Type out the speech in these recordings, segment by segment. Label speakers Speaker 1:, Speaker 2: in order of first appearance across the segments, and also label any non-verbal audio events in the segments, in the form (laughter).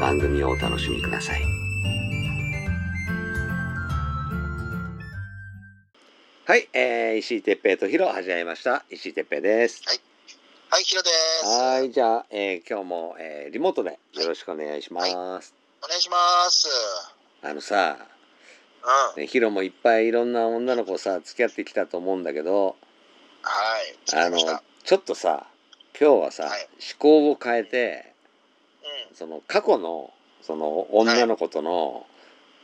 Speaker 1: 番組をお楽しみください。はい、えー、石井哲平とヒロ始めました。石井哲平です。
Speaker 2: はい、ヒロです。
Speaker 1: はい、じゃあ、えー今日も、えーリモートでよろしくお願いします。
Speaker 2: お願いします。
Speaker 1: あのさ、
Speaker 2: うん。はい。
Speaker 1: ねヒロもいっぱいいろんな女の子さ、付き合ってきたと思うんだけど、あの
Speaker 2: あの、うん。、
Speaker 1: ちょっとさ、今日はさ、
Speaker 2: はい
Speaker 1: 思考を変えて、その過去の、その女の子との、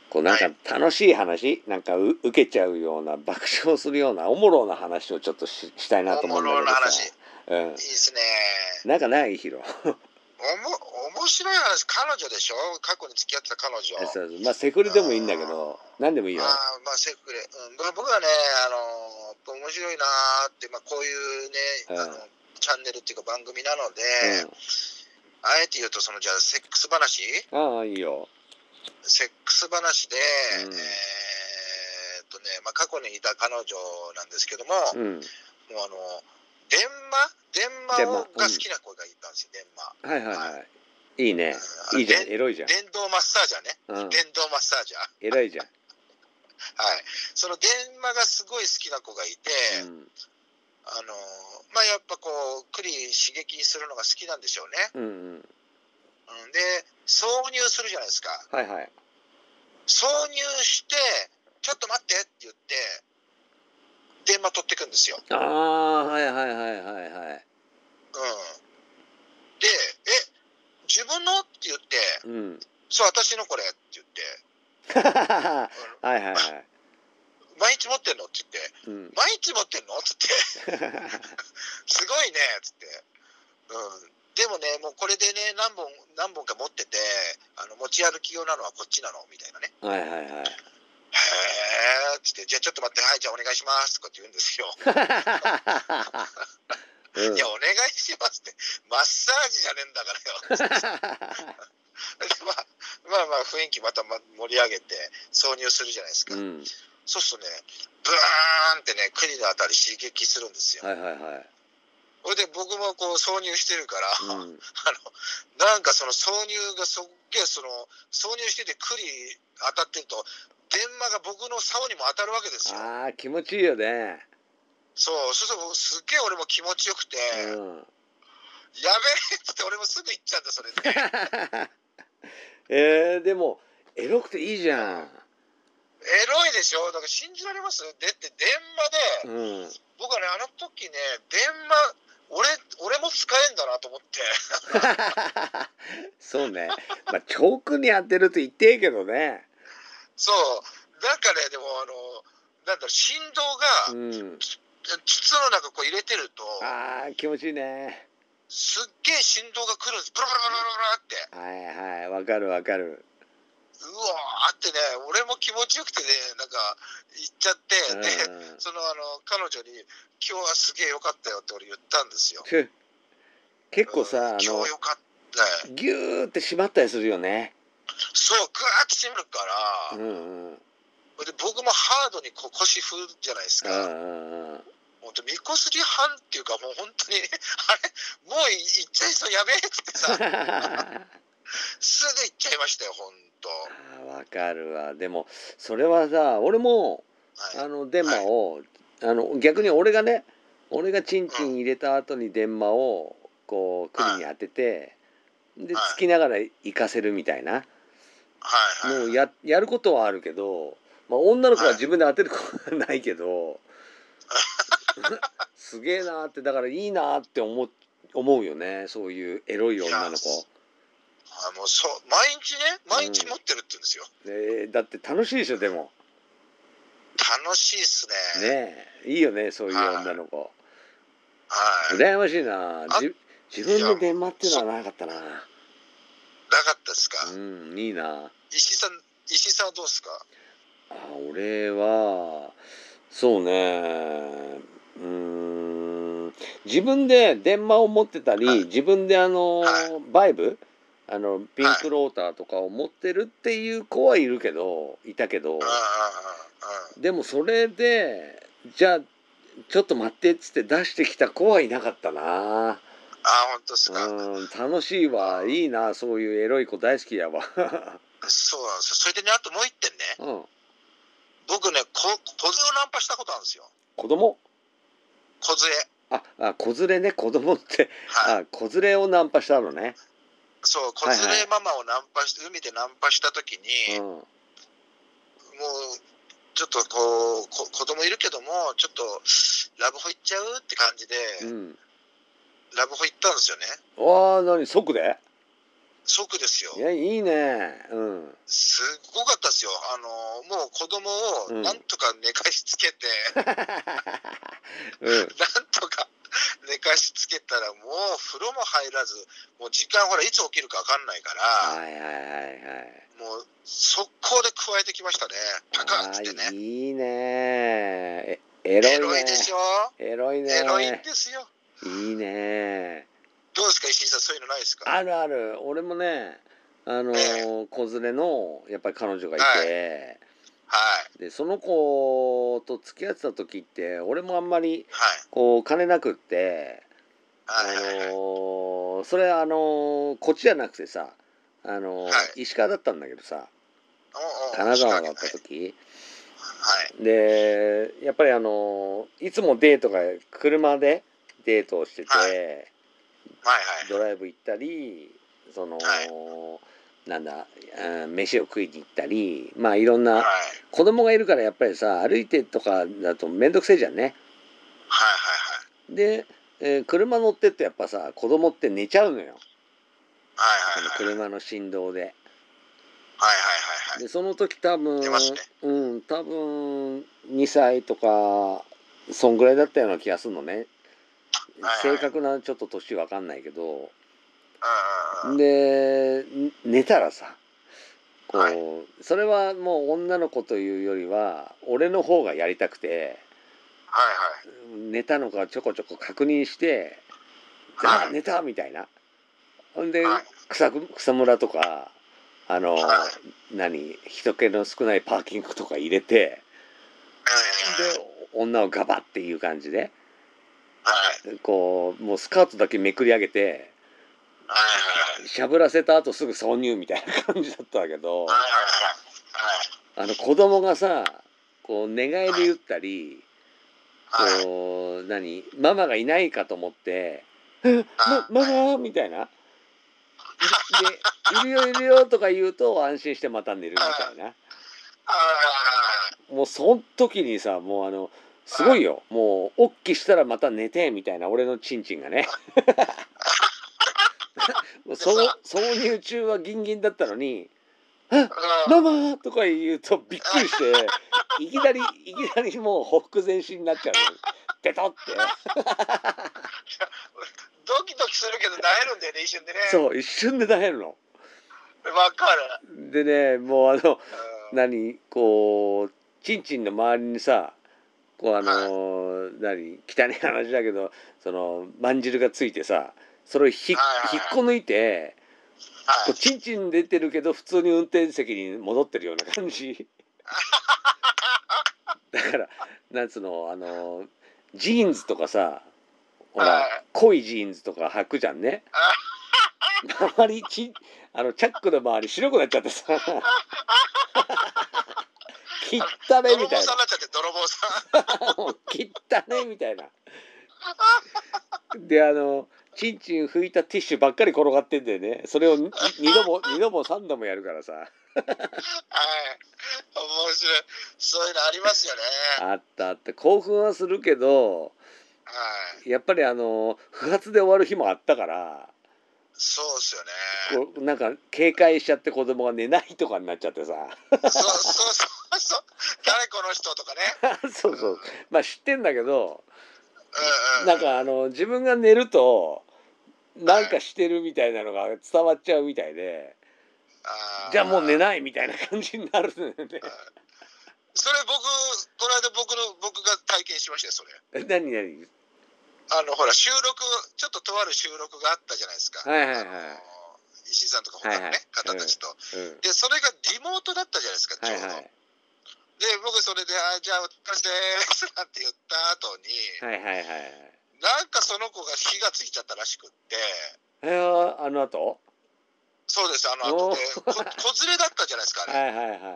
Speaker 1: こうなんか
Speaker 2: は
Speaker 1: 楽しい話、なんかう受けちゃうような爆笑するようなおもろな話をちょっとししたいなと思うんだけど
Speaker 2: おもろな話
Speaker 1: さ、
Speaker 2: いいですね。
Speaker 1: うん、なんかないヒロ。
Speaker 2: おも面白い話、彼女でしょ過去に付き合ってた彼女。
Speaker 1: そうそうまあセクレでもいいんだけど、なんでもいいよ
Speaker 2: あ。あまあセクレ、うん、まあ僕はねあのー面白いなーってまあこういうね、
Speaker 1: うん
Speaker 2: あのチャンネルっていうか番組なので、
Speaker 1: うん
Speaker 2: あえて言うとそのじゃあセックス話
Speaker 1: ああいいよ。
Speaker 2: セックス話で、
Speaker 1: うん
Speaker 2: えーっとねまあ過去にいた彼女なんですけども、
Speaker 1: うん。
Speaker 2: もうあの電話電話を
Speaker 1: 電話うん
Speaker 2: が好きな子がいたんですよ電話
Speaker 1: はいはいはい。いいね。
Speaker 2: うん
Speaker 1: いいじゃん。
Speaker 2: で
Speaker 1: エロいじゃん。
Speaker 2: 電動マッサージャーね、
Speaker 1: うん。
Speaker 2: 電動マッサージャー
Speaker 1: エロいじゃん。
Speaker 2: はいその電話がすごい好きな子がいて、
Speaker 1: うん
Speaker 2: あのまあやっぱこうクリ刺激するのが好きなんでしょう
Speaker 1: うん
Speaker 2: ね、
Speaker 1: うん。
Speaker 2: うん、で挿入するじゃないですか
Speaker 1: はいはい。
Speaker 2: 挿入してちょっと待ってって言って電話取ってくんですよ、うん、
Speaker 1: ああはいはいはいはいはい。
Speaker 2: でえ自分のって言って (laughs)
Speaker 1: うん。
Speaker 2: そう私のこれって言って
Speaker 1: は
Speaker 2: あの
Speaker 1: いはいはい。
Speaker 2: 毎日持ってんのって言って
Speaker 1: うん。 (laughs)
Speaker 2: 毎日持ってんのっつってすごいねっつって、うん、でもねもうこれでね何本何本か持っててあの持ち歩き用なのはこっちなのみたいなね
Speaker 1: はいはいはい。
Speaker 2: へえっつってじゃあちょっと待ってはいじゃあお願いしますとかって言うんですよ、
Speaker 1: うん
Speaker 2: いやお願いしますってマッサージじゃねえんだからよでまあまあまあ雰囲気またま盛り上げて挿入するじゃないですか、
Speaker 1: (laughs) うん。
Speaker 2: そうするとねブーンってね栗のあたり刺激するんですよ、
Speaker 1: はいはいはい。
Speaker 2: それで僕もこう挿入してるから、
Speaker 1: う
Speaker 2: あの
Speaker 1: ん。
Speaker 2: なんかその挿入がそっげえその挿入しててクリ当たってると電話が僕の竿にも当たるわけですよ
Speaker 1: ああ気持ちいいよね。
Speaker 2: そうそうするとすっげえ俺も気持ちよくて、
Speaker 1: うん。 (laughs)
Speaker 2: やべえっつって俺もすぐ行っちゃうんだそれで
Speaker 1: えー、でもエロくていいじゃん。
Speaker 2: エロいでしょだから信じられますでって電話で
Speaker 1: うん。 (laughs)
Speaker 2: 僕はねあの時ね電話俺俺も使えんだなと思って (laughs)
Speaker 1: そうね。まあ、チョークに当てると言ってえけどね。
Speaker 2: そうなんかねでもあのなんだろう振動
Speaker 1: う
Speaker 2: が、
Speaker 1: ん。
Speaker 2: 筒の中こう入れてると
Speaker 1: ああ、気持ちいいね。
Speaker 2: すっげえ振動が来るんですブラブラブラブラ
Speaker 1: はいは
Speaker 2: ブラって
Speaker 1: い、わかるわかる。
Speaker 2: うわーってね俺も気持ちよくてねなんか行っちゃ
Speaker 1: うん
Speaker 2: って、でそのあの彼女に「今日はすげえ良かったよ」って俺言ったんですよ
Speaker 1: ふっ結構さ、あ
Speaker 2: うん今
Speaker 1: の
Speaker 2: 日、良かったね
Speaker 1: ぎゅーって締まったりするよね。
Speaker 2: そうグワーって締めるか
Speaker 1: う
Speaker 2: ら、
Speaker 1: んうん。
Speaker 2: で僕もハードにこう腰振るじゃないです
Speaker 1: う
Speaker 2: か、
Speaker 1: んうんうん。
Speaker 2: ほんとみこすり半っていうかもう本当に (laughs) あれもうい行っちゃいそうやべえっつってさすぐ行っちゃいましたよ本当
Speaker 1: あー (laughs) わかるわ。でも、それはさ、俺も、
Speaker 2: はい
Speaker 1: あの電話を、あの逆に俺がね俺がチンチン入れた後に電話をこう首に当てて、で
Speaker 2: はい
Speaker 1: つきながら行かせるみたいな、
Speaker 2: はいはい
Speaker 1: もうややることはあるけど、まあ、女の子は自分で当てることはないけ (laughs) どすげえなーってだからいいなーって思う思うよねそういうエロい女の
Speaker 2: い
Speaker 1: 子、
Speaker 2: あのそう毎日ね毎日持ってるって言うんですよ、
Speaker 1: えーだって楽しいでしょでも
Speaker 2: 楽しいっすね
Speaker 1: ねえいいよねそういう女の子
Speaker 2: はいな
Speaker 1: 羨ましいな
Speaker 2: あ
Speaker 1: じ自分の電話っていうのはなかったな
Speaker 2: かったですか、
Speaker 1: うんいいな
Speaker 2: 石井さん石井さんはどうですか
Speaker 1: あ俺はそうねうーん自分で電話を持ってたり、
Speaker 2: はい
Speaker 1: 自分であの、
Speaker 2: は
Speaker 1: バイブあのピンクローターとかを持ってるっていう子はいるけどいたけど
Speaker 2: うんうん
Speaker 1: でもそれでじゃあちょっと待ってっつって出してきた子はいなかったな
Speaker 2: うんあ本当ですか、
Speaker 1: うん楽しいわいいなそういうエロい子大好きやわ
Speaker 2: そうなんですよそれでねあともう一点ね
Speaker 1: うん
Speaker 2: 僕ねこ小杖をナンパしたことあるんですよ
Speaker 1: 子供
Speaker 2: 小杖
Speaker 1: ああ子連れね子供って
Speaker 2: はい
Speaker 1: あ子連れをナンパしたのね
Speaker 2: そう子連れママをナンパして海でナンパした時に、
Speaker 1: うん
Speaker 2: もうちょっとこうこ子供いるけどもちょっとラブホ行っちゃうって感じで、
Speaker 1: うん。
Speaker 2: ラブホ行ったんですよね
Speaker 1: ああ、なに、即で。
Speaker 2: 即ですよ
Speaker 1: いや、いいね。うん。
Speaker 2: すごかったですよあのもう子供
Speaker 1: うん
Speaker 2: をなんとか寝かし
Speaker 1: (laughs)
Speaker 2: つけて、
Speaker 1: うん。
Speaker 2: なんとか (laughs) 寝かしつけたらもう風呂も入らずもう時間ほらいつ起きるか分かんないから、
Speaker 1: はいはいはいはい。
Speaker 2: もう速攻で加えてきましたねパカンって
Speaker 1: あ
Speaker 2: ね
Speaker 1: ーいいね。えエロいね。
Speaker 2: エロいでしょ
Speaker 1: エロいね。
Speaker 2: エロいんですよ
Speaker 1: いいね。
Speaker 2: どうですか石井さんそういうのないですか
Speaker 1: あるある。俺もね、あのー子連れの、やっぱり彼女がいて、
Speaker 2: はい
Speaker 1: で、その子と付き合ってた時って、俺もあんまり、
Speaker 2: はい
Speaker 1: こう、金なくって、あ
Speaker 2: はいはいはいはい
Speaker 1: のーそれはあのーこっちじゃなくてさ、あのー
Speaker 2: は
Speaker 1: 石川だったんだけどさ
Speaker 2: おうおう
Speaker 1: 金沢だっ
Speaker 2: は
Speaker 1: た時
Speaker 2: い
Speaker 1: でやっぱりあのーいつもデートが車でデートをしてて、
Speaker 2: ははいはい
Speaker 1: ドライブ行ったりその、
Speaker 2: はい
Speaker 1: なんだ、うん飯を食いに行ったりまあいろん
Speaker 2: はいはい
Speaker 1: な子供がいるからやっぱりさ歩いてとかだと面倒くせえじゃんね。
Speaker 2: はい
Speaker 1: で、えー車乗ってってやっぱさ子供って寝ちゃうのよ
Speaker 2: はい
Speaker 1: あの
Speaker 2: はいはいはいはいはい
Speaker 1: 車
Speaker 2: はい
Speaker 1: の振動で。
Speaker 2: はいはい
Speaker 1: でその時多分、
Speaker 2: 出ますね
Speaker 1: うん多分2歳とかそんぐらいだったような気がするのね、
Speaker 2: はいはい
Speaker 1: 正確なちょっと年わかんないけど
Speaker 2: うんうんうん
Speaker 1: でん寝たらさこう、
Speaker 2: はい
Speaker 1: それはもう女の子というよりは俺の方がやりたくて
Speaker 2: はい
Speaker 1: 寝たのかちょこちょこ確認して「あ
Speaker 2: はい
Speaker 1: 寝た!」みたいな。ほんで
Speaker 2: はい
Speaker 1: 草ぐ草むらとかあの、
Speaker 2: は
Speaker 1: 何人気の少ないパーキングとか入れて。
Speaker 2: はいうんうんうん
Speaker 1: で女をガバっていう感じで
Speaker 2: はい
Speaker 1: こうもうスカートだけめくり上げて
Speaker 2: はいはい
Speaker 1: しゃぶらせた後すぐ挿入みたいな感じだったんだけど
Speaker 2: はいは
Speaker 1: あの子供がさこう寝返り打ったり
Speaker 2: いはいはいはいはい
Speaker 1: こう何ママがいないかと思って「えまママ」みたいな。で「いるよいるよ」とか言うと安心してまた寝るみたいなもうその時にさもうあのすごいよもうおっきしたらまた寝てみたいな俺のチンチンが
Speaker 2: (laughs)
Speaker 1: ねもうそう挿入中はギンギンだったのに「
Speaker 2: うん
Speaker 1: ママ!」とか言うとびっくり
Speaker 2: (laughs)
Speaker 1: していきなりいきなりもうほふく前進になっちゃうの
Speaker 2: (laughs)
Speaker 1: ペトって
Speaker 2: ドキドキするけどなえるんだよね一瞬でね
Speaker 1: そう一瞬で耐えるの
Speaker 2: わかる
Speaker 1: でねもうあの (laughs)
Speaker 2: うん
Speaker 1: 何こうチンチンの周りにさこうあのー何汚い話だけどそのまんじるがついてさそれをひ引っ
Speaker 2: はいはいはい
Speaker 1: こ抜いて
Speaker 2: は
Speaker 1: こ
Speaker 2: いう
Speaker 1: チンチン出てるけど普通に運転席に戻ってるような感
Speaker 2: (laughs)
Speaker 1: じだからなんつうのあのージーンズとかさほ
Speaker 2: は
Speaker 1: ら
Speaker 2: い
Speaker 1: 濃いジーンズとか履くじゃんね周りちあのチャックの周り白くなっちゃって
Speaker 2: (laughs)
Speaker 1: さきったねみ
Speaker 2: 泥
Speaker 1: たいな
Speaker 2: 棒さんになっちゃって泥棒さん
Speaker 1: もう切ったねみたいな。であのチンチン拭いたティッシュばっかり転がってんだよねそれをに二度も二度も三度もやるからさ
Speaker 2: はい。面白い。そういうのありますよね。
Speaker 1: あったあった興奮はするけど
Speaker 2: はい。
Speaker 1: やっぱりあの不発で終わる日もあったから
Speaker 2: そうですよね。
Speaker 1: こうなんか警戒しちゃって子供が寝ないとかになっちゃってさ (laughs)
Speaker 2: そうそうそうそう。誰この人とかね。
Speaker 1: そうそうまあ知ってんだけど
Speaker 2: うんうん。
Speaker 1: なんかあの自分が寝るとなんかしてるみたいなのが伝わっちゃうみたいで
Speaker 2: あー
Speaker 1: じゃあもう寝ないみたいな感じになるんだよね。
Speaker 2: それ僕、この間僕の、僕が体験しましたよ、それ。
Speaker 1: え (laughs) 何何
Speaker 2: あの、ほら、収録、ちょっととある収録があったじゃないですか。
Speaker 1: はいはいはい
Speaker 2: あの石井さんとか他のね、
Speaker 1: はいはい
Speaker 2: 方たちと、
Speaker 1: うん
Speaker 2: で、それがリモートだったじゃないですか、ち
Speaker 1: は
Speaker 2: ょ
Speaker 1: いう
Speaker 2: ど。
Speaker 1: はい
Speaker 2: で、僕それで、あじゃあお疲れですなんて言った後に、
Speaker 1: はいはいはい。
Speaker 2: なんかその子が火がついちゃったらしくって、
Speaker 1: えー、あの後
Speaker 2: そうです、あの後で、
Speaker 1: お
Speaker 2: こ子連れだったじゃないですか、あ
Speaker 1: は
Speaker 2: れ。
Speaker 1: いはいはい。
Speaker 2: うん、で、子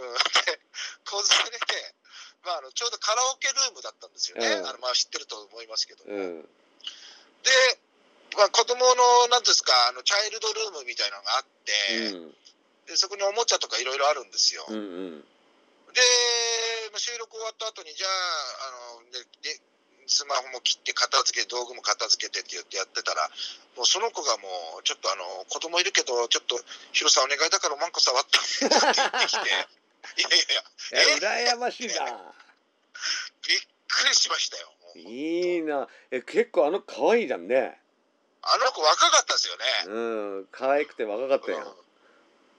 Speaker 2: 連れで、まあ、あのちょうどカラオケルームだったんですよね、
Speaker 1: うん
Speaker 2: あのまあ、知ってると思いますけど、
Speaker 1: うん
Speaker 2: で、まあ、子供の、なんていうんですか、あのチャイルドルームみたいなのがあって、でそこにおもちゃとかいろいろあるんですよ。
Speaker 1: うんうんうん
Speaker 2: で、まあ収録終わった後に、じゃあ、あの、で、でスマホも切って片付け、道具も片付けてって言ってやってたら、もうその子がもう、ちょっとあの、子供いるけど、ちょっと、ヒロさんお願いだからおまんこ触ってって言ってきて、 (laughs) いやいやいや、
Speaker 1: え羨ましいな。
Speaker 2: びっくりしましたよ。もう
Speaker 1: いいな。え結構あの可愛いじゃんね。
Speaker 2: あの子若かったですよね。
Speaker 1: うん可愛くて若かった
Speaker 2: うん
Speaker 1: よ。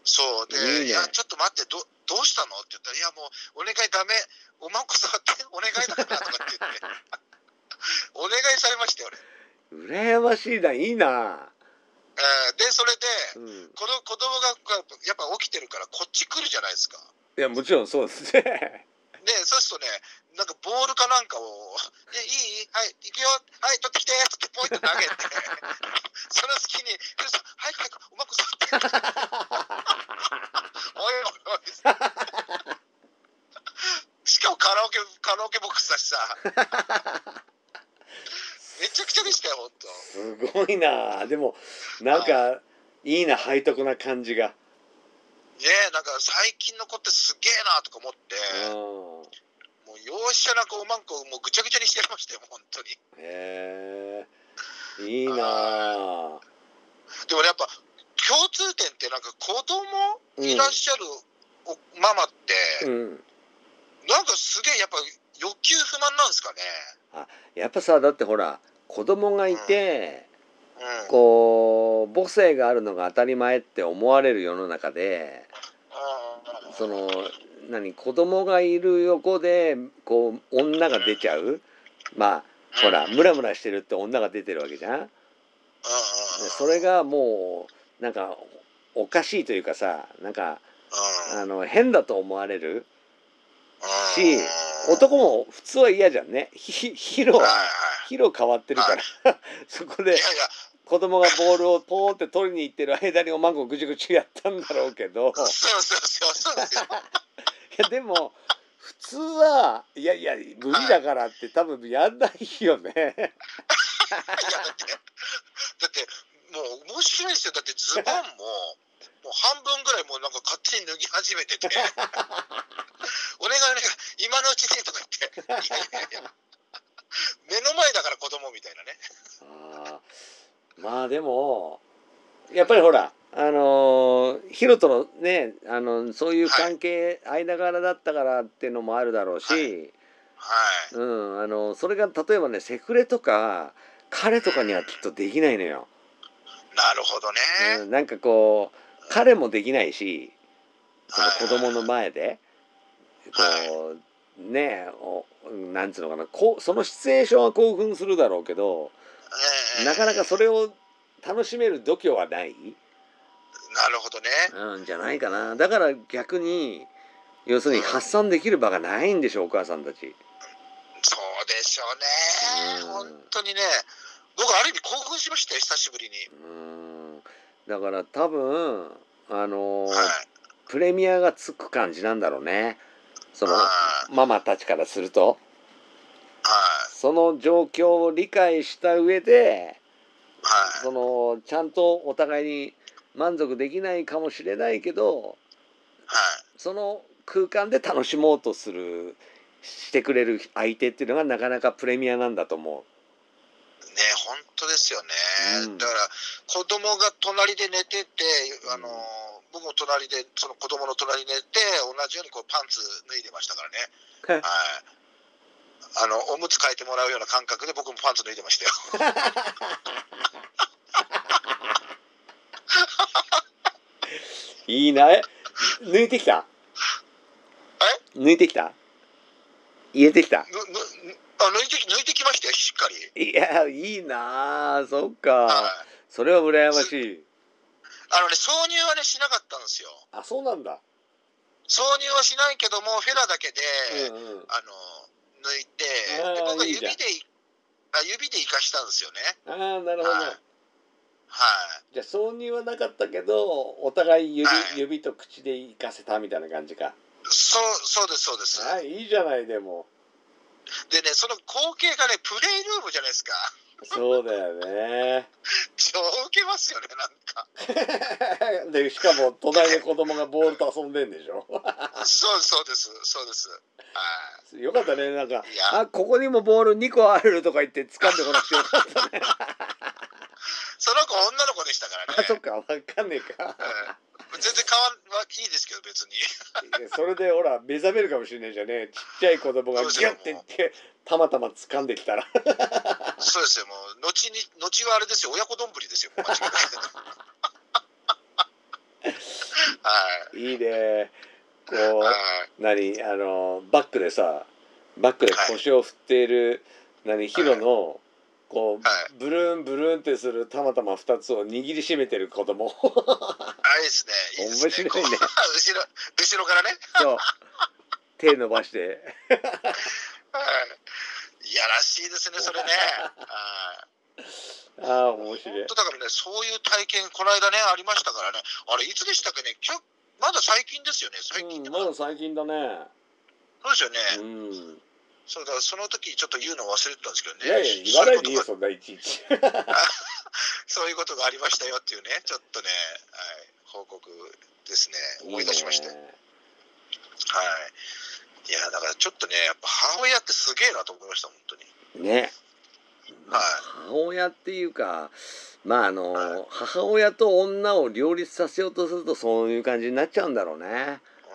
Speaker 2: そうで
Speaker 1: いいね
Speaker 2: いや、ちょっと待って、どどうしたのって言ったら、いや、もう、お願いダメ、おまんこ触って、お願いだからとかって言 (laughs) って、お願いされましたよ、俺。
Speaker 1: 羨ましいな。いいな。
Speaker 2: えーで、それ
Speaker 1: う
Speaker 2: で、
Speaker 1: ん。
Speaker 2: この子供がやっぱ起きてるから、こっち来るじゃないですか。
Speaker 1: いやもちろんそうですね。 (laughs)
Speaker 2: で、そうするとね、なんかボールかなんかを、でいいはい、行くよ、はい、取ってきてって、ポイント投げて、 (laughs) その隙に、ヒロさん、早く早く、うまく触
Speaker 1: (laughs)
Speaker 2: って、おいおいおい。しかもカラオケ、カラオケボックスだしさ、
Speaker 1: (laughs)
Speaker 2: めちゃくちゃでしたよ、ほんと。
Speaker 1: すごいな。でもなんかいいな背徳な感じが。
Speaker 2: ねえ、なんか最近の子ってすげえなとか思って、
Speaker 1: うん。
Speaker 2: もう容赦なくおまんこをもうぐちゃぐちゃにしてやりましたよ、本当に。
Speaker 1: へえいいな。
Speaker 2: でもねやっぱ、共通点ってなんか子供
Speaker 1: うん
Speaker 2: いらっしゃるおママって、
Speaker 1: うん。
Speaker 2: なんかすげえやっぱ欲求不満なんですかね。
Speaker 1: やっぱさだってほら子供がいて、
Speaker 2: うん。うん
Speaker 1: こう母性があるのが当たり前って思われる世の中でその何子供がいる横でこう女が出ちゃうまあほら
Speaker 2: うんうんうん。
Speaker 1: ムラムラしてるって女が出てるわけじゃんでそれがもうなんかおかしいというかさなんか
Speaker 2: うん、
Speaker 1: あの変だと思われるし
Speaker 2: うん
Speaker 1: 男も普通は嫌じゃんねひヒロ
Speaker 2: はい
Speaker 1: ヒロ変わってるから (laughs) そこで
Speaker 2: はい。いやいや、
Speaker 1: 子供がボールをポーンって取りに行ってる間におまんこぐちゅぐちゅやったんだろうけど
Speaker 2: そうそうそうそうですよ。
Speaker 1: いやでも普通はいやいや無理だからって多分やんないよね。
Speaker 2: いやだって、だって、もう面白いですよ。だってズ
Speaker 1: (laughs)
Speaker 2: ボンも、もう半分ぐらいもうなんか勝手に脱ぎ始めて (laughs) て、俺がね、今のうちにとか言って、いやいやいや、目の前だから子供みたいなね。
Speaker 1: あーまあでもやっぱりほらあのーヒロとのねあのそういう関係、間柄だったからっていうのもあるだろうし、
Speaker 2: ははい。
Speaker 1: うんあのそれが例えばねセフレとか彼とかにはきっとできないのよ。
Speaker 2: なるほど
Speaker 1: う
Speaker 2: ね。
Speaker 1: ん、なんかこう彼もできないしその
Speaker 2: はい
Speaker 1: 子供の前でこうねえおなんつうのかなこうそのシチュエーションは興奮するだろうけど
Speaker 2: ええ
Speaker 1: なかなかそれを楽しめる度胸はない、
Speaker 2: なるほどね。
Speaker 1: うん、じゃないかなだから逆に要するに発散できる場がないんでしょうお母さんたち。
Speaker 2: そうでしょう
Speaker 1: う
Speaker 2: ね。
Speaker 1: ん
Speaker 2: 本当にね、僕ある意味興奮しましたよ、久しぶりに。
Speaker 1: うんだから多分あの、
Speaker 2: はい。
Speaker 1: プレミアがつく感じなんだろうねその
Speaker 2: はい
Speaker 1: ママたちからすると。
Speaker 2: はい。
Speaker 1: その状況を理解した上で
Speaker 2: はい。
Speaker 1: そのちゃんとお互いに満足できないかもしれないけど
Speaker 2: はい。
Speaker 1: その空間で楽しもうとするしてくれる相手っていうのがなかなかプレミアなんだと思
Speaker 2: ね、本当ですよね。
Speaker 1: うん
Speaker 2: だから、子供が隣で寝てて、あのー
Speaker 1: う
Speaker 2: 僕も隣で、その子供の隣に寝て、同じようにこうパンツ脱いでましたからね。
Speaker 1: う。
Speaker 2: はい。あの、おむつ変えてもらうような感覚で僕もパンツ脱いでましたよ。 (laughs)
Speaker 1: いいなえ抜いてきた抜いてきた入れてきた
Speaker 2: ぬぬあ抜いてき抜いてきましたよ、しっかり。
Speaker 1: いやいいなあそっか
Speaker 2: はい。
Speaker 1: それは羨ましい
Speaker 2: あのね、挿入はね、しなかったんですよ。
Speaker 1: あそうなんだ、
Speaker 2: 挿入はしないけども、フェラだけで、
Speaker 1: うんうん
Speaker 2: あの、抜いて、
Speaker 1: あー
Speaker 2: で僕はい
Speaker 1: い
Speaker 2: 指
Speaker 1: じ
Speaker 2: で
Speaker 1: ゃん
Speaker 2: いあ、指で生かしたんですよね。
Speaker 1: ああなるほど
Speaker 2: はい。はい。
Speaker 1: じゃあ挿入はなかったけどお互い指
Speaker 2: はい
Speaker 1: 指と口で行かせたみたいな感じか
Speaker 2: そう、そうです、そうです。
Speaker 1: あいいじゃないで
Speaker 2: (laughs)
Speaker 1: も
Speaker 2: でね、その光景がね、プレイルームじゃないですか。 (laughs)
Speaker 1: そうだよね (laughs)
Speaker 2: 超ウケますよね、なんか。
Speaker 1: でしかも隣で子供がボールと遊んでんでしょ (laughs)
Speaker 2: そうそうです、そうです。はい。
Speaker 1: よかったねなんか
Speaker 2: い
Speaker 1: 「
Speaker 2: や
Speaker 1: あここにもボール2個ある」とか言って掴んでこなくてよかったね
Speaker 2: その子女の子でしたからね
Speaker 1: (laughs) あ。そっかわかんねえか
Speaker 2: うん全然変わんはいいですけど別
Speaker 1: (laughs)
Speaker 2: に。
Speaker 1: いやそれでほら目覚めるかもしれないじゃんねちっちゃい子供がギュッていってたまたま掴んできたら
Speaker 2: そうですよもう後に後はあれですよ親子丼ぶりですよ。間違いなく
Speaker 1: (laughs)
Speaker 2: はい
Speaker 1: いいねこ
Speaker 2: いは
Speaker 1: う
Speaker 2: い
Speaker 1: 何あのバックでさバックで腰を振っている何ヒロのこ
Speaker 2: は
Speaker 1: うブルンブルンってするたまたま2つを握りしめてる子供
Speaker 2: あいいですね。いいですね
Speaker 1: 面白いね
Speaker 2: こう (laughs) 後ろ後ろからね。
Speaker 1: そう手伸ばして。
Speaker 2: はい。いやらしいですねそれね。はい。
Speaker 1: ああ面白い
Speaker 2: 本当だからねそういう体験この間ねありましたからねあれいつでしたっけねきょまだ最近ですよね最近
Speaker 1: う
Speaker 2: で
Speaker 1: ん、
Speaker 2: も
Speaker 1: まだ最近だね。
Speaker 2: そうですよね。
Speaker 1: うん。
Speaker 2: そうだからその時ちょっと言うの忘れてたんですけどね。
Speaker 1: いやいや、言わないでいいよ、
Speaker 2: そうい
Speaker 1: そん
Speaker 2: うことが
Speaker 1: ないちいち。
Speaker 2: そういうことがありましたよっていうね、ちょっとね、はい、報告ですね。思い出しました。
Speaker 1: いい
Speaker 2: はい。
Speaker 1: ね
Speaker 2: いや、だからちょっとね、やっぱ母親ってすげえなと思いました、本当に。
Speaker 1: ね。
Speaker 2: はい
Speaker 1: 母親っていうか、まああの、
Speaker 2: はい
Speaker 1: 母親と女を両立させようとするとそういう感じになっちゃうんだろうね。う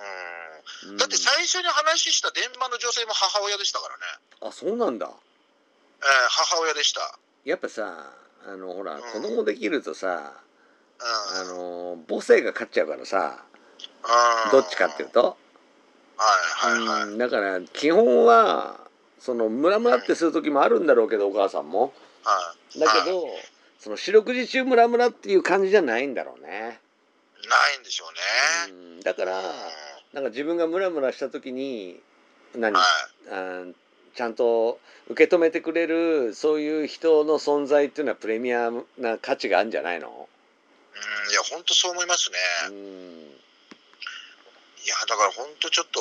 Speaker 2: うんん。だって最初に話した電話の女性も母親でしたからね。
Speaker 1: あそうなんだ。
Speaker 2: えー母親でした。
Speaker 1: やっぱさ、あのほら、
Speaker 2: うん
Speaker 1: 子供できるとさ、あ
Speaker 2: うん。
Speaker 1: の母性が勝っちゃうからさ、
Speaker 2: あ
Speaker 1: どっちかっていう。と。
Speaker 2: はいはいはい。
Speaker 1: うんだから基本はそのムラムラってする時もあるんだろうけどお母さんも
Speaker 2: はい
Speaker 1: だけどその四六時中ムラムラっていう感じじゃないんだろうね、
Speaker 2: ないんでしょうね。
Speaker 1: うん、だから
Speaker 2: うん
Speaker 1: なんか自分がムラムラした時に何
Speaker 2: は
Speaker 1: あーちゃんと受け止めてくれるそういう人の存在っていうのはプレミアムな価値があるんじゃないの、
Speaker 2: い。うん、いや、本当そう思いますね。
Speaker 1: うん、
Speaker 2: いやだから本当ちょっと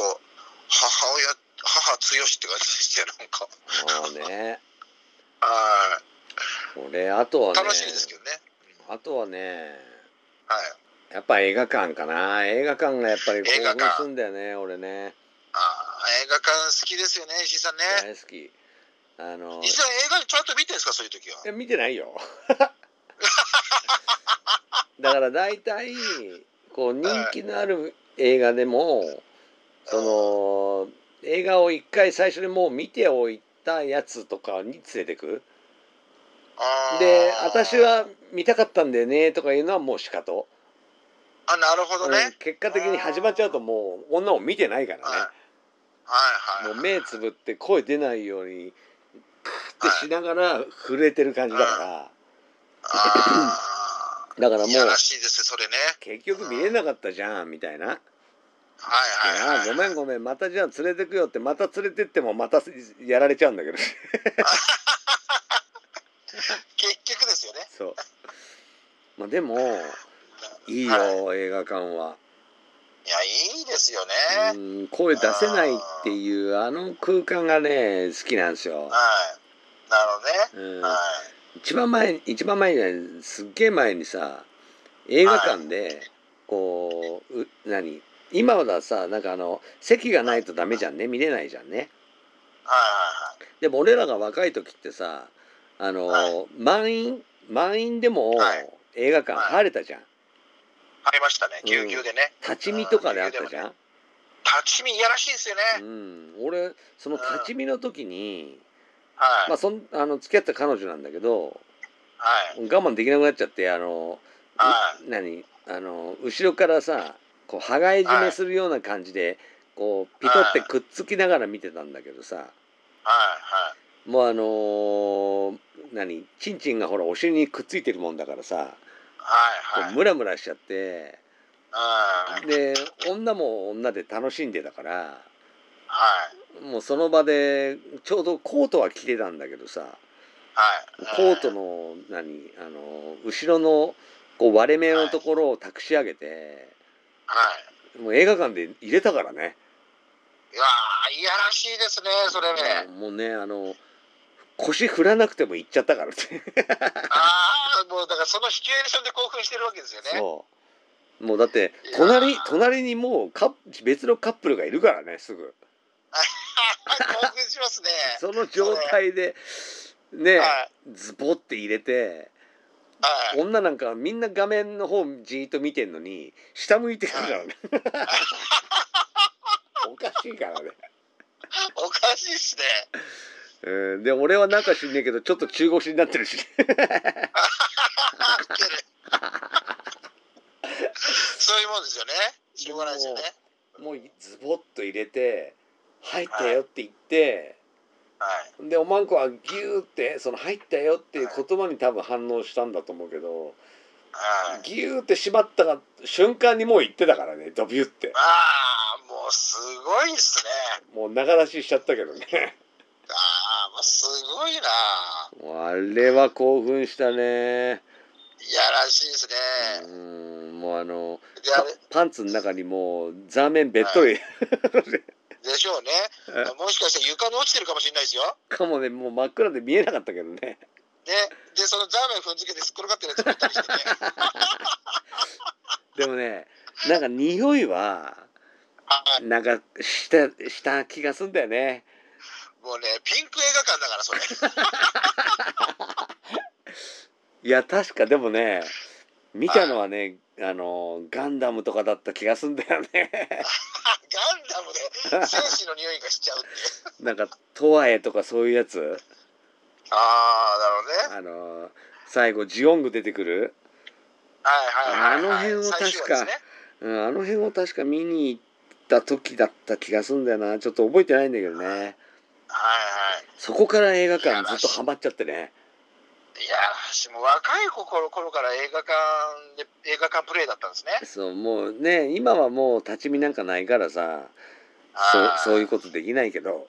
Speaker 2: 母親母強しって感じでしたよなんか
Speaker 1: そうね
Speaker 2: は
Speaker 1: これあとはいね
Speaker 2: 楽しいですけどねうん
Speaker 1: あとはね
Speaker 2: はい
Speaker 1: やっぱ映画館かな映画館がやっぱり興
Speaker 2: 映画
Speaker 1: 奮
Speaker 2: 館
Speaker 1: するんだよね俺ね
Speaker 2: あー映画館好きですよね石井さんね
Speaker 1: 大好きあの
Speaker 2: 石井さん映画ちゃんと見てるんですかそういう時はい
Speaker 1: や見てない
Speaker 2: (laughs)
Speaker 1: よだから大体こう人気のある映画でもその映画を一回最初にもう見ておいたやつとかに連れてく
Speaker 2: あー
Speaker 1: で私は見たかったんだよねとかいうのはもうしかと、
Speaker 2: あなるほどね、
Speaker 1: うん結果的に始まっちゃうともう女を見てないからね
Speaker 2: はいはいは
Speaker 1: も
Speaker 2: い
Speaker 1: う目つぶって声出ないようにクッてしながら震えてる感じだか
Speaker 2: あ
Speaker 1: らだからも
Speaker 2: ー
Speaker 1: う
Speaker 2: いやらしいですねそれね
Speaker 1: 結局見れなかったじゃんみたいな
Speaker 2: はいはい
Speaker 1: あ
Speaker 2: は
Speaker 1: あ
Speaker 2: い
Speaker 1: ごめんごめんまたじゃあ連れてくよってまた連れてってもまたやられちゃうんだけど (laughs)
Speaker 2: 結局ですよね
Speaker 1: そうまあでもいい
Speaker 2: はい
Speaker 1: よ映画館は、
Speaker 2: いやいいですよね、
Speaker 1: うん、声出せないっていうあの空間がね好きなんですよ
Speaker 2: はいなるほどね、
Speaker 1: うん
Speaker 2: はい
Speaker 1: 一番前一番前じゃないすっげえ前にさ映画館でこうう何今はさなんかあの席がないとダメじゃんね見れないじゃんね
Speaker 2: はい
Speaker 1: でも俺らが若い時ってさあの、
Speaker 2: は
Speaker 1: 満員満員でも
Speaker 2: はい
Speaker 1: 映画館
Speaker 2: はい
Speaker 1: 入れたじゃん
Speaker 2: ありましたね、ぎゅうぎゅうでね。
Speaker 1: 立ち見とかであったじゃん、
Speaker 2: 立ち見いやらしいですよね。
Speaker 1: うん、俺その立ち見の時に、
Speaker 2: はい。
Speaker 1: まあ、そんあの付き合った彼女なんだけど
Speaker 2: はい。
Speaker 1: 我慢できなくなっちゃってあの
Speaker 2: は
Speaker 1: 何あの後ろからさこう羽交い締めするような感じでこうピトってくっつきながら見てたんだけどさ
Speaker 2: はい。はい。
Speaker 1: もうあのー何チンチンがほらお尻にくっついてるもんだからさこ
Speaker 2: はい。は
Speaker 1: う
Speaker 2: い。
Speaker 1: ムラムラしちゃって
Speaker 2: はい。
Speaker 1: で女も女で楽しんでたから
Speaker 2: はい。
Speaker 1: もうその場でちょうどコートは着てたんだけどさ
Speaker 2: はい。
Speaker 1: コートの何あの後ろのこう割れ目のところを託し上げて
Speaker 2: はい。
Speaker 1: もう映画館で入れたからね
Speaker 2: いやー、いやらしいですね、それね。
Speaker 1: もうねあの腰振らなくても行っちゃったからね
Speaker 2: ああ、もうだからそのシチュエーションで興奮してるわけですよね。
Speaker 1: そうもうだって
Speaker 2: いやー
Speaker 1: 隣隣にもうカップ別のカップルがいるからねすぐ
Speaker 2: (laughs) 興奮しますね。
Speaker 1: その状態でね
Speaker 2: はい。
Speaker 1: ズボって入れて
Speaker 2: はい。
Speaker 1: 女なんかみんな画面の方じーっと見てんのに下向いてるからね (laughs) おかしいからね、
Speaker 2: おかしいっすね。
Speaker 1: うん、で俺はなんか知んねえけどちょっと中腰になってるし
Speaker 2: 合ってる。そういうもんですよね。しょうがないですよね。
Speaker 1: もうズボッと入れて「入ったよ」って言って、
Speaker 2: はい。
Speaker 1: でおまんこはギューってその「入ったよ」っていう言葉に多分反応したんだと思うけど、
Speaker 2: はい。
Speaker 1: ギューって縛ったが瞬間にもう言ってたからねドビュって
Speaker 2: ああ、もうすごいっすね。
Speaker 1: もう長出ししちゃったけどね
Speaker 2: ああ、もうすごいな。
Speaker 1: もうあれは興奮したね
Speaker 2: いやらしいですね。
Speaker 1: うんもうあの
Speaker 2: で、あれ、
Speaker 1: パンツの中にもう座面べっとり、
Speaker 2: でしょうね。もしかして床に落ちてるかもしれないですよ。
Speaker 1: かもねもう真っ暗で見えなかったけどね
Speaker 2: ね、で、そのザーメン踏んづけてすっ転がってるやつ見たりしてね。
Speaker 1: でもねなんか匂いは
Speaker 2: はい
Speaker 1: なんかしたした気がすんだよね
Speaker 2: もうね、ピンク映画館だから、それ。 (laughs)
Speaker 1: いや確かでもね見たのはねあのガンダムとかだった気がすんだよね (laughs)
Speaker 2: ガンダムで精子の匂いがしちゃうっていう。
Speaker 1: なんかトワエとかそういうやつ
Speaker 2: ああ、なるほどね。
Speaker 1: あの最後ジオング出てくる、
Speaker 2: はいはいは
Speaker 1: あ
Speaker 2: い、はい。
Speaker 1: の辺を確か
Speaker 2: 最終話ですね
Speaker 1: うん、あの辺を確か見に行った時だった気がすんだよなちょっと覚えてないんだけどね
Speaker 2: はいはい。
Speaker 1: そこから映画館ずっとハマっちゃってね
Speaker 2: いやー、もう若い頃頃から映画館で、映画館プレイだったんですね。
Speaker 1: そうもうね今はもう立ち見なんかないからさそう
Speaker 2: あー
Speaker 1: そういうことできないけど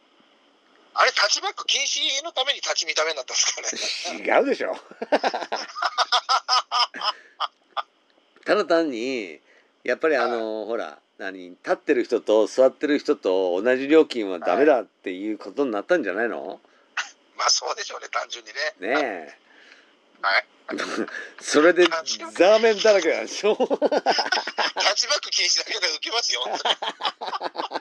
Speaker 2: あれ、タッチバック禁止のために立ち見た目になったんです
Speaker 1: (laughs)
Speaker 2: かね。
Speaker 1: 違うでしょ (laughs) ただ単にやっぱりあのほら何立ってる人と座ってる人と同じ料金はダメだっていうことになったんじゃないの
Speaker 2: まあそうでしょうね、単純にね。
Speaker 1: ねえ (laughs)
Speaker 2: はい。
Speaker 1: それでザーメンだらけ (laughs) なんでしょ
Speaker 2: タッチバック禁止だけで受けますよ。本当に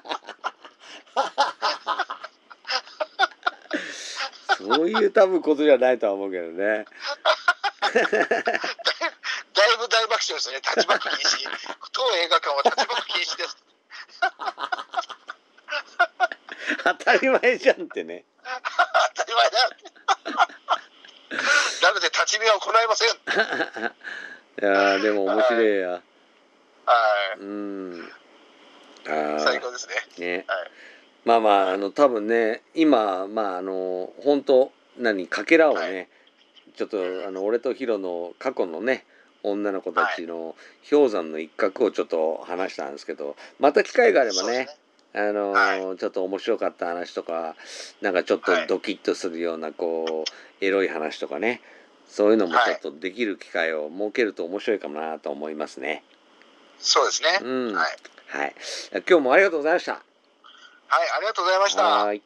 Speaker 1: そういう多分ことじゃないとは思うけどね
Speaker 2: だいぶ大爆
Speaker 1: (laughs)
Speaker 2: 笑ですね、タッチバック禁止。当映画館はタッチバック禁止です。
Speaker 1: 当たり前じゃんってね (laughs)
Speaker 2: 当たり前だ。なので、立ち見は行いません。
Speaker 1: いやーでも面白いや
Speaker 2: は
Speaker 1: うんあ
Speaker 2: い。
Speaker 1: ー
Speaker 2: 最高ですね。
Speaker 1: ね、
Speaker 2: はい
Speaker 1: まあまああの多分ね今まああの本当何かけらをね、
Speaker 2: は
Speaker 1: ちょっとあの俺とヒロの過去のね女の子たちの氷山の一角をちょっと話したんですけどまた機会があれば
Speaker 2: そうで
Speaker 1: ね
Speaker 2: す
Speaker 1: あのーちょっと面白かった話とかなんかちょっと
Speaker 2: はい
Speaker 1: ドキッとするようなこうエロい話とかねそういうのもちょっとできる機会を設けると面白いかもなと思いますね。
Speaker 2: そうですね。
Speaker 1: うん、
Speaker 2: は
Speaker 1: はいい、今日もありがとうございました。
Speaker 2: はい、ありがとうございました。
Speaker 1: はーい